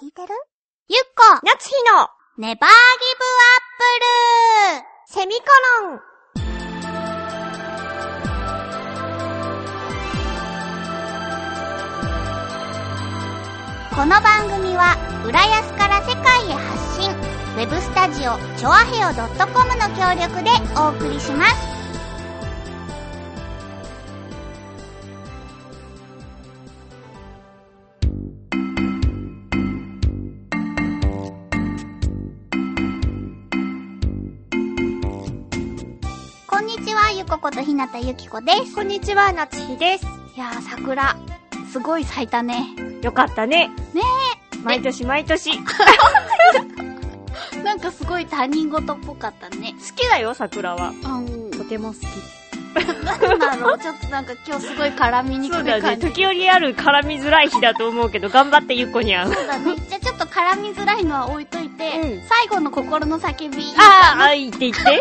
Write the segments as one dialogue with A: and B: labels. A: 聞いてるゆっこ
B: 夏日の
A: ネバーギブアップル
B: セミコロン
A: この番組は浦安から世界へ発信ウェブスタジオチョアヘオ .com の協力でお送りしますこんにちはゆこことひなたゆきこです
B: こんにちは、夏日です。
A: いやー桜すごい咲いたね
B: よかったね。
A: ね
B: え。毎年毎年。好
A: なんかすごい他人事っぽかったね
B: きだよ、桜は。
A: うん
B: とても好き。
A: なんだろうちょっとなんか今日すごい絡みにく
B: そう
A: い
B: だね。
A: 感じ。
B: 時折ある絡みづらい日だと思うけど、頑張ってゆっこにゃん。
A: そうだね。じゃあちょっと絡みづらいのは置いといて、
B: うん
A: 最後の心の叫び。
B: あーあ、いいって言って。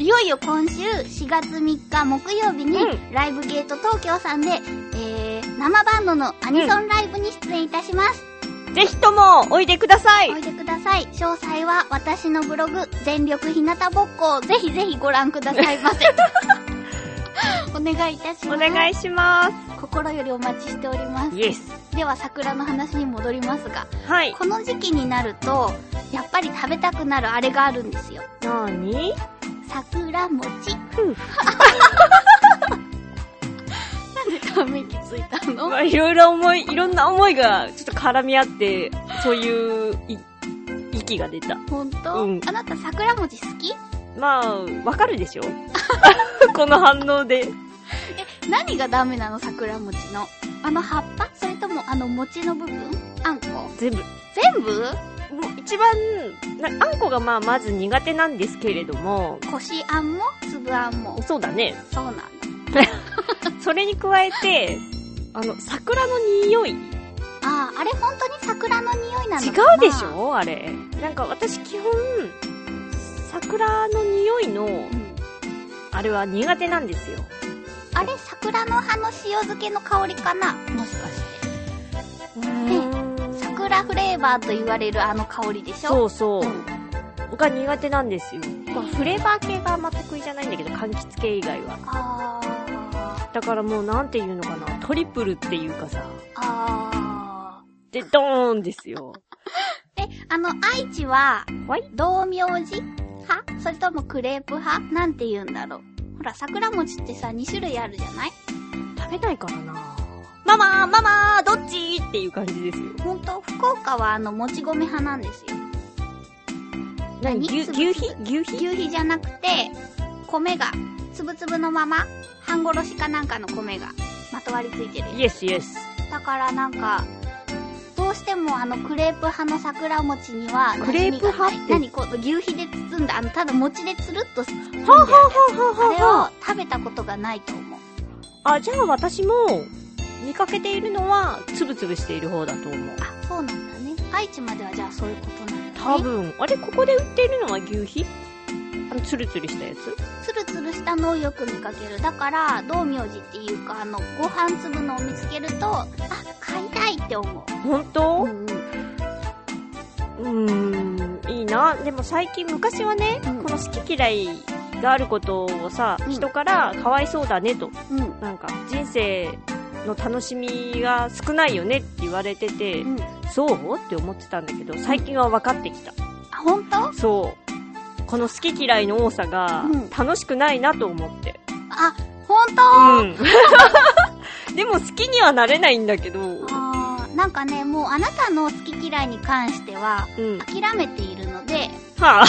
A: いよいよ今週4月3日木曜日に、
B: う
A: ライブゲート東京さんで、えー、生バンドのアニソンライブに出演いたします。
B: ぜひとも、おいでください
A: おい。でください。詳細は私のブログ、全力ひなたぼっこをぜひぜひご覧くださいま せ。お願いいたし
B: お
A: ます。
B: 願
A: い。
B: いしま
A: 心よりお待ちしております
B: す。。イエス。
A: では桜の話に戻りますが、
B: はい。
A: この時期になると、やっぱり食べたくなるあれがあるんですよ。
B: なーに
A: 桜餅。
B: ふう。
A: なんでため息ついたの
B: まあ、いろいろ思い、いろんな思いが、ちょっと絡み合って、そういう、い、息が出た。
A: 本当、
B: うん
A: あなた桜餅好き
B: まあ、わかる でしょこの反応で。
A: 何がダメなの桜餅の。あの葉っぱそれともあの餅の部分あんこ
B: 全部。
A: 全部
B: もう一番、なあんこがまあ、まず苦手なんですけれども、
A: こしあんも粒あんも。
B: そうだね。
A: そうなんだ。
B: それに加えて、あの、桜の匂い。違
A: ああ、あれ本当に桜の匂いなのかな
B: うでしょあれ。なんか私基本、桜の匂いの
A: う、ん
B: あれは苦手なんですよ。
A: あれ桜の葉の塩漬けの香りかなもしかして。
B: うーん
A: 桜フレーバーと言われるあの香りでしょ
B: そうそう。
A: ん
B: が苦手なんですよ。まあフレーバー系があんま得意じゃないんだけど、柑橘系以外は。
A: あー
B: だからもうなんていうのかな、トリプルっていうかさ、
A: あ
B: で、ドーンですよ。
A: ー。え、あの、愛知は
B: はい、
A: 道明寺派それともクレープ派なんて言うんだろう。ほら、桜餅ってさ、2種類あるじゃない
B: 食べないからなママママどっちっていう感じですよ。
A: ほんと、福岡はあの、もち米派なんですよ。何
B: 牛、
A: つぶつぶ
B: 牛皮牛皮
A: 牛皮じゃなくて、米が、つぶつぶのまま、半殺しかなんかの米が、まとわりついてるやつ
B: イエスイエス。
A: だからなんか、どうしてもあのクレープ派の桜餅には、
B: クレープ派って
A: 馴染みがない何こう、牛皮で包んだ、あの、ただ餅でつるっと包んである
B: ははは
A: あれを食べたことがないと思う。
B: あ、じゃあ私も、見かけているのは、つぶつぶしている方だと思う。
A: あ、そうなんだね。愛知まではじゃあそういうことなんだね。
B: 多。分、あれ、ここで売っているのは牛皮あの、つるつるしたやつ
A: つるつるしたのをよく見かける。だから、道明寺っていうか、あの、ご飯粒のを見つけると、あ、買いたいって思う。
B: 本当、
A: うんうん。
B: うーん、いいな。でも最近、昔はね、
A: うん
B: この好き嫌いがあることをさ、
A: うん
B: 人からかわいそうだねと、
A: うん。
B: なんか、人生の楽しみが少ないよねって言われてて、
A: うん。
B: そうって思ってたんだけど、最近は分かってきた。
A: あ、ほんと
B: そう。この好き嫌いの多さが
A: うん、
B: 楽しくないなと思って。
A: あ、ほんと
B: うん。 でも好きにはなれないんだけど、う
A: あーなんかね、もうあなたの好き嫌いに関しては、
B: ん。
A: 諦めているので、
B: は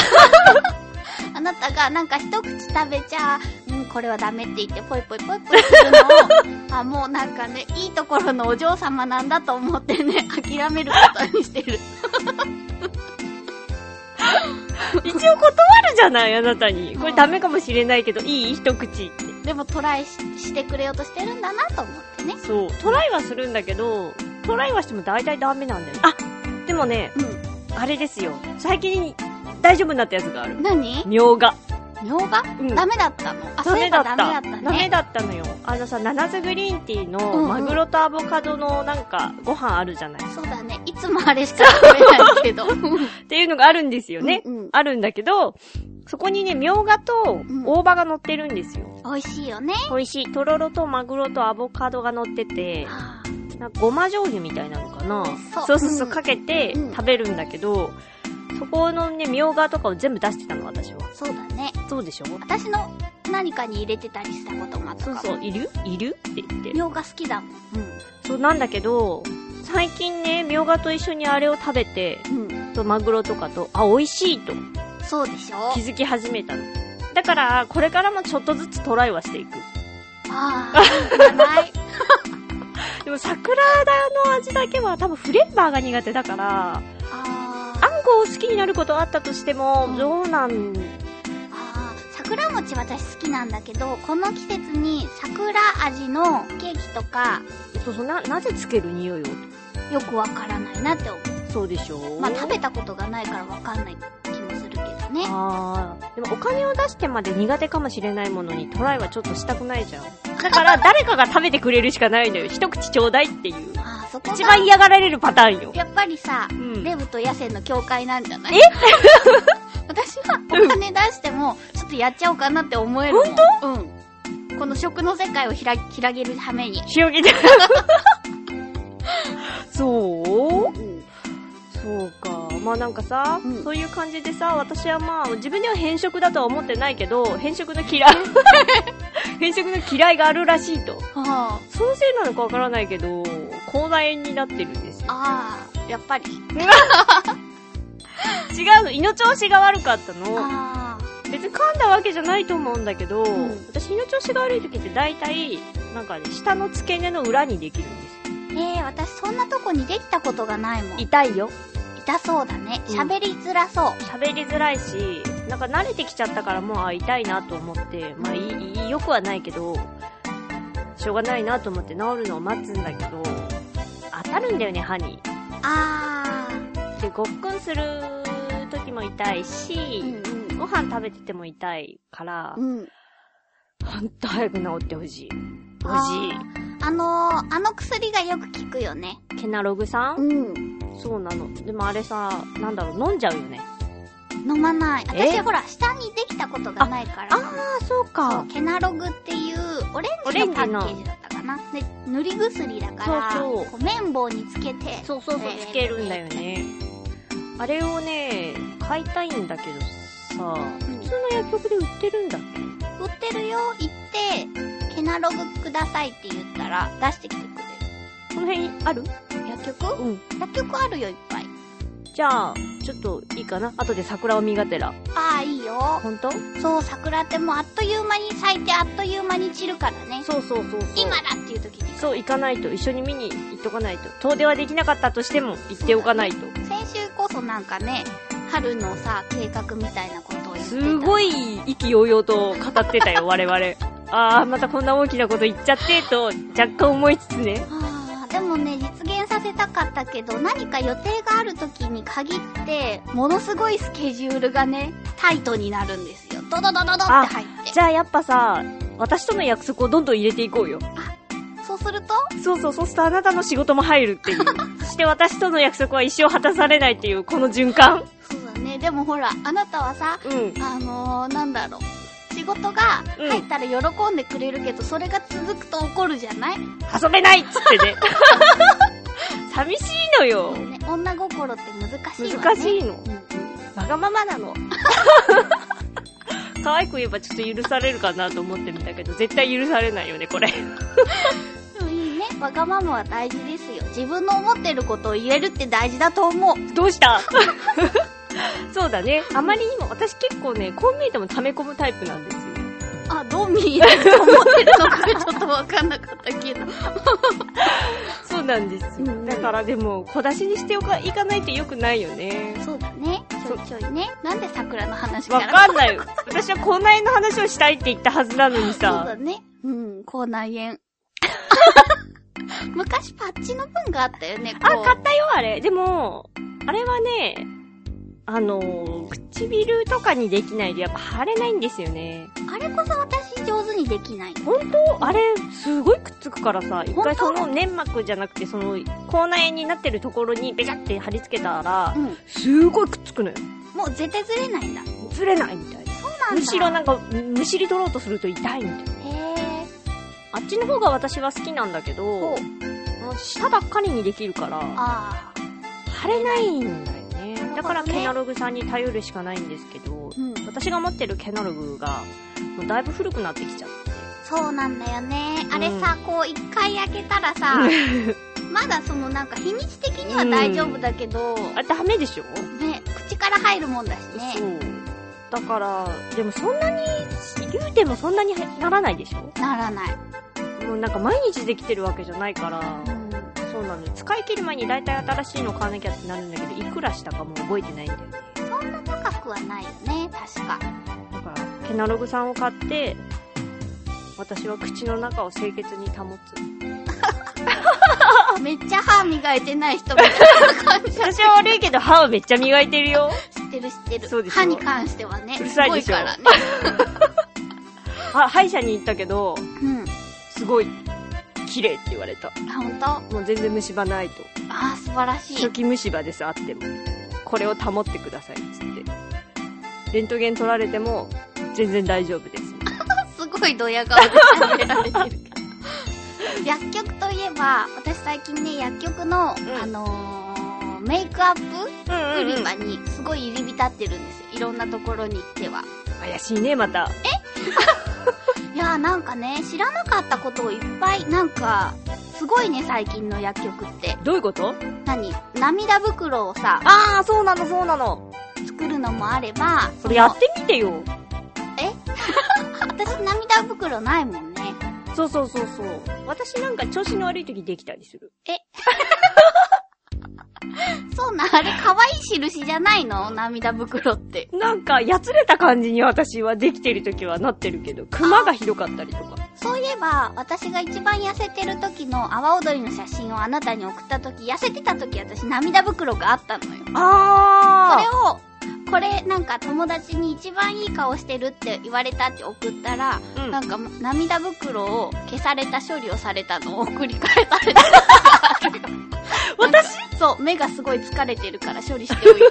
A: あなたがなんか一口食べちゃ、うん、これはダメって言って、ぽいぽいぽいぽいするのを、あ、 もうなんかね、いいところのお嬢様なんだと思ってね、 諦めることにしてる。
B: あ、一応断るじゃない、あなたに。これダメかもしれないけど、いい一口って。
A: でもトライししてくれようとしてるんだなと思ってね。
B: そう、トライはするんだけど、トライはしても大体ダメなんだよね。あでもね、
A: う
B: あれですよ。最近、大丈夫になったやつがある
A: ん。。何
B: みょうが。
A: 尿が、
B: うん
A: ダメだったの。あ、
B: ダ
A: そうい
B: メ
A: え
B: だ
A: ば
B: っ
A: ダメだっ
B: た。
A: た
B: ダメ
A: ね。
B: だったのよ。あのさ、ナナズグリーンティー
A: うん
B: の
A: うん
B: マグロとアボカドのなんかご飯あるじゃない。っ
A: そうだね。いつもあれしか食べないけど。
B: て いうのがあるんですよね。
A: うんうん
B: あるんだけど、そこにね、みょうがと
A: ん
B: 大葉が乗ってるんですよ。
A: 美味しいよね。
B: 美味しい。とろろとマグロとアボカドが乗ってて、
A: あ
B: なんかごま醤油みたいなのかな
A: そう
B: そうそうそう、
A: うん
B: かけて
A: うん
B: 食べるんだけど、そこのね、みょうがとかを全部出してたの、私は。
A: ーそうだね。
B: そうでしょ
A: 私の何かに入れてたりしたこともあった
B: そ
A: か
B: う
A: も。
B: そう、いるいるって言って。
A: 尿が好きだもん。
B: そうなんだけど、最近ね、みょうがと一緒にあれを食べて、
A: うん。うん。
B: とマグロとかと、あ、美味しいと
A: そうでしょ
B: 気づき始めたの。だから、これからもちょっとずつトライはしていく。
A: ああ、 いいんじゃない。
B: でも、桜田の味だけは多分フレーバーが苦手だから、
A: あー
B: あんこを好きになることはあったとしても
A: うん、
B: どうな
A: あ
B: ん、
A: ー、桜餅私好きなんだけど、この季節に桜味のケーキとか、
B: そうそう、な、なぜつける匂いを
A: よくわからないなって思
B: そうでしょ
A: う。
B: う
A: まあ食べたことがないからわかんない気もするけどね。
B: ああ。でもお金を出してまで苦手かもしれないものにトライはちょっとしたくないじゃん。だから誰かが食べてくれるしかないのよ。一口ちょうだいっていう。
A: ああ、そこ
B: 一
A: が
B: 番、嫌がられるパターンよ。
A: やっぱりさ
B: う、ん。
A: レブと野生の境界なんじゃないえ 私はお金出しても、ちょっとやっちゃおうかなって思えるもん。本当うん。この食の世界をひら広げるために。
B: 広げて。そう
A: うん。
B: そうか。まあなんかさ、
A: うん
B: そういう感じでさ、私はまあ、自分では偏食だとは思ってないけど、偏食の嫌い。 偏食の嫌いがあるらしいと。
A: あ
B: そのせいなのかわからないけど、口内炎になってるんですよ。
A: あー、やっぱり。
B: 違うの、胃の調子が悪かったの。
A: あ
B: 別に噛んだわけじゃないと思うんだけど、
A: ん
B: 私胃の調子が悪い時って大体、なんかね、下の付け根の裏にできるんですよ。
A: あ。ええ私そんなとこにできたことがないもん。い
B: 痛いよ。
A: 痛そうだね。
B: うん
A: 喋りづらそう。
B: 喋りづらいし、なんか慣れてきちゃったからもう、あ、痛いなと思って、まあ、いいいい、良くはないけど、しょうがないなと思って治るのを待つんだけど、当たるんだよね、歯に。
A: ああ。
B: で、ごっくんする時も痛いし、
A: うん
B: ご飯食べてても痛いから、
A: うん。うん。
B: ほんと早く治ってほしい。ほし
A: あーあのー、あの薬がよく効くよね。
B: い。ケナログさん、
A: ん。
B: そうなの。でもあれさ、なんだろう、飲んじゃうよね。
A: 飲まない。
B: え
A: 私ほら、下にできたことがないから。
B: あ、そう
A: そう。ケナログっていうオレンジのパッケージだったかな。で、塗り薬だから、
B: そうそ
A: こ
B: う
A: う綿棒につけて、
B: そうそうそう、
A: えー
B: つけるんだよね。あれをね、買いたいんだけどさ、
A: うん
B: 普通の薬局で売ってるんだっけ
A: 売ってるよ、行って、ケナログくださいって言ったら、出してきてく
B: この辺あ
A: れ
B: る
A: る。薬局
B: うん。
A: 薬局あるよ、いっぱい。
B: じゃあ、ちょっといいかな後で桜を見がてら。
A: ああ、いいよ。
B: ほんと
A: そう、桜ってもうあっという間に咲いて、あっという間に散るからね。
B: そうそうそうそう。
A: 今だっていう時に。
B: そう、行かないと。一緒に見に行っとかないと。遠出はできなかったとしても、行っておかないと。
A: 先週こそなんかね、春のさ、計画みたいなことを言ってた。
B: すごい意気揚々と語ってた よ、我々。あー、またこんな大きなこと言っちゃって、と、若干思いつつね。
A: あーでもね、実現させたかったけど、何か予定がある時に限って、ものすごいスケジュールがね、タイトになるんですよ。ドドドドドって
B: あ
A: 入って。
B: じゃあやっぱさ、私との約束をどんどん入れていこうよ。
A: そうすると、
B: そうそう、そうするとあなたの仕事も入るっていう。 そして私との約束は一生果たされないっていう、この循環。
A: そうだね。でもほら、あなたはさ、
B: うん。
A: あのー、なんだろう。仕事が
B: うん
A: 入ったら喜んでくれるけど、それが続くと怒るじゃない、
B: 遊べないっつって ね。寂しいのよ。
A: ね、女心って難しいわね。
B: 難しい
A: う
B: の。
A: ん
B: わがままなの。 可愛く言えばちょっと許されるかなと思ってみたけど、絶対許されないよね、これ。
A: でもいいね。わがままは大事ですよ。自分の思ってることを言えるって大事だと思う。
B: どうした そうだね。あまりにも、私結構ね、こう見えても溜め込むタイプなんですよ。
A: あ、どう見えると思ってるのかがちょっとわかんなかったけど。
B: そうなんですよ。
A: うんうん
B: だからでも、小出しにしておかいかないってよくないよね。
A: そうだね。ちょいちょいね。なんで桜の話か
B: わ
A: ら
B: かんないよ。私は口内炎の話をしたいって言ったはずなのに
A: そうだ
B: さ。
A: ね。うん、口内炎。 昔パッチの分があったよね、こう
B: あ、買ったよ、あれ。でも、あれはね、あのー、唇とかにできないとやっぱ腫れないんですよね。
A: あれこそ私上手にできない。
B: 本当あれ、すごいくっつくからさ、一回そ
A: 本当
B: の粘膜じゃなくて、その、口内炎になってるところにベチャって貼り付けたら
A: う、ん。
B: すごいくっつくのよ。
A: もう絶対ずれないんだ。
B: ずれないみたいな。
A: そうなんだ。
B: むしろなんか、むしり取ろうとすると痛いみたいな。
A: へえ。
B: あっちの方が私は好きなんだけ
A: そ
B: ど
A: う、。
B: もう舌ばっかりにできるから、
A: ああ。
B: 腫れないんだよね。だから
A: なるほどね
B: ケナログさんに頼るしかないんですけど、
A: うん。
B: 私が持ってるケナログが、もうだいぶ古くなってきちゃっ
A: そうなんだよね。あれさ、こう一回開けたら さ、まだそのなんか日にち的には大丈夫だけど、
B: た。あ、ダメでしょ、
A: ね、口から入るもんだし
B: そ
A: ね。
B: う。だから、でもそんなに、言うてもそんなにならないでしょ
A: ならない。
B: もうなんか毎日できてるわけじゃないから、
A: うん。
B: そうなの。使い切る前に大体新しいの買わなきゃってなるんだけど、いくらしたかもう覚えてないんだよね。
A: そんな高くはないよね、確か。
B: だから、ケナログさんを買って、私は口の中を清潔に保つ。
A: めっちゃ歯磨いてない 人みたいな感じ。
B: 私は悪いけど歯をめっちゃ磨いてるよ。
A: 知ってる知ってる。
B: そうでしょ
A: 歯に関してはね、
B: うる
A: す
B: さい
A: ご
B: で
A: い
B: しょ
A: からね。
B: あ、歯医者に行ったけど、
A: うん。
B: すごい、綺麗って言われた。
A: あ、ほんとあ
B: もう全然虫歯ないと。
A: ー、素晴ら しい
B: 初。期虫歯です、あっても。これを保ってください、つって。レントゲン取られても、全然大丈夫です。
A: すごいドヤ顔で喋られてるけど。 薬局といえば、私最近ね、薬局の、
B: ん
A: あのー、メイクアップ
B: うん
A: 売り場にすごい入り浸ってるんですよ。いろんなところに行っては。
B: 怪しいね、また。
A: いやーなんかね、知らなかったことをいっぱい、なんか、すごいね、最近の薬局って。
B: どういうこと
A: 何涙袋をさ、
B: ああ、そうなの、そうなの。
A: 作るのもあれば、
B: それやってみてよ。
A: 私涙袋ないもんね。
B: そうそうそうそう。私なんか調子の悪い時できたりする。
A: そうなん、あれ可愛い印じゃないの涙袋って。
B: なんか、やつれた感じに私はできてる時はなってるけど、クマがひどかったりとか。
A: そういえば、私が一番痩せてる時の阿波踊りの写真をあなたに送った時、痩せてた時私涙袋があったのよ。それ
B: あ
A: を、これなんか友達に一番いい顔してるって言われたって送ったら、
B: それ、うん、
A: なんか涙袋を消された処理をされたのを繰り返さ れた。私そう、目がすごい疲れてるから処理しておいた。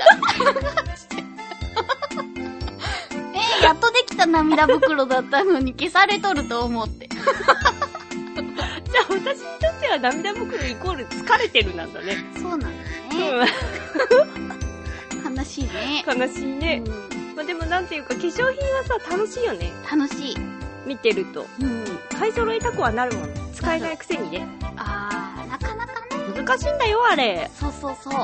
A: えーやっとできた涙袋だったのに消されとると思って。
B: じゃあ私にとっては涙袋イコール疲れてるなんだね。
A: そうなんだね。
B: う
A: 悲しいね。
B: ん、悲 しいね。
A: うん
B: まあ、でもなんていうか、化粧品はさ、楽しいよね。
A: 楽しい。
B: 見てると。
A: うん。
B: 買い揃えたくはなるもん。使えないくせにね。
A: あー、なかなかね。
B: 難しいんだよ、あれ。
A: そうそうそう。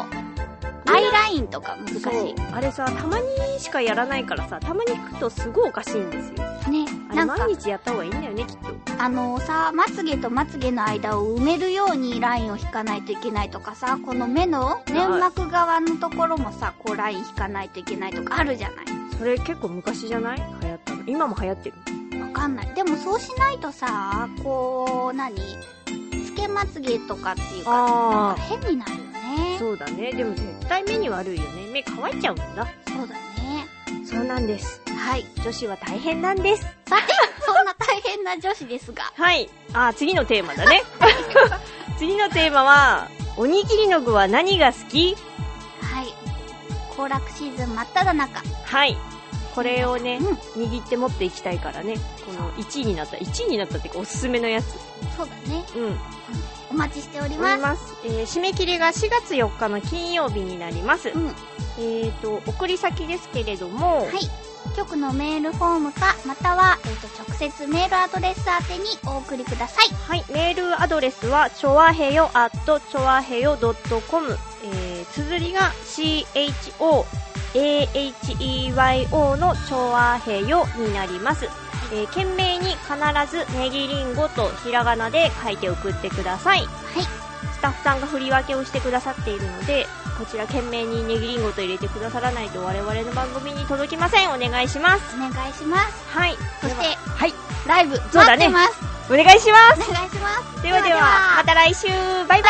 A: アイラインとか難し
B: そう
A: い。
B: あれさ、たまにしかやらないからさ、たまに行くとすごいおかしいんですよ。
A: ね。
B: あ
A: な
B: れ
A: んか
B: 毎、日やった方がいいんだよね、きっと。
A: あのさ、まつげとまつげの間を埋めるようにラインを引かないといけないとかさ、この目の粘膜側のところもさ、こうライン引かないといけないとかあるじゃない
B: それ結構昔じゃない流行ったの。今も流行ってる。
A: わかんない。でもそうしないとさ、こう、何つけまつげとかっていうか、
B: あ
A: 変になるよね。
B: そうだね。でも絶対目に悪いよね。目乾いちゃうんだ。
A: そうだね。
B: そうなんです。
A: はい。
B: 女子は大変なんです。
A: さて、そんな大変な女子ですが、
B: はい。あ、次のテーマ だね。次のテーマは、おにぎりの具は何が好き
A: はい。行楽シーズン真っ只中。
B: はい。これをね
A: う、ん、
B: 握って持っていきたいからね。この1位になった。1位になったっていうか、おすすめのやつ。
A: そうだね。
B: うん。
A: お待ちしており
B: 思
A: ま
B: い
A: す。
B: ます。えー締め切りが4月4日の金曜日になります。
A: うん。
B: えっ、と、送り先ですけれども、
A: はい。局のメールフォームか、または、えっ、と、直接メールアドレス宛てにお送りください。
B: はい、メールアドレスは、ちょわへよ at ちょわへよ .com。えー、綴りが CHO、AHEYO のちょわへよになります。えー、懸命に必ずネギリンゴとひらがなで書いて送ってください。
A: はい。
B: スタッフさんが振り分けをしてくださっているので、こちら懸命にネギリンゴと入れてくださらないと我々の番組に届きません。お願いします。
A: お願いします。
B: はい。
A: そして
B: でははい。
A: ライブ、
B: そう
A: 待
B: だ
A: って
B: ね
A: ます。
B: お願いしま
A: お願いします。
B: す。ではでは、また来週。バイバイ。
A: バイバイ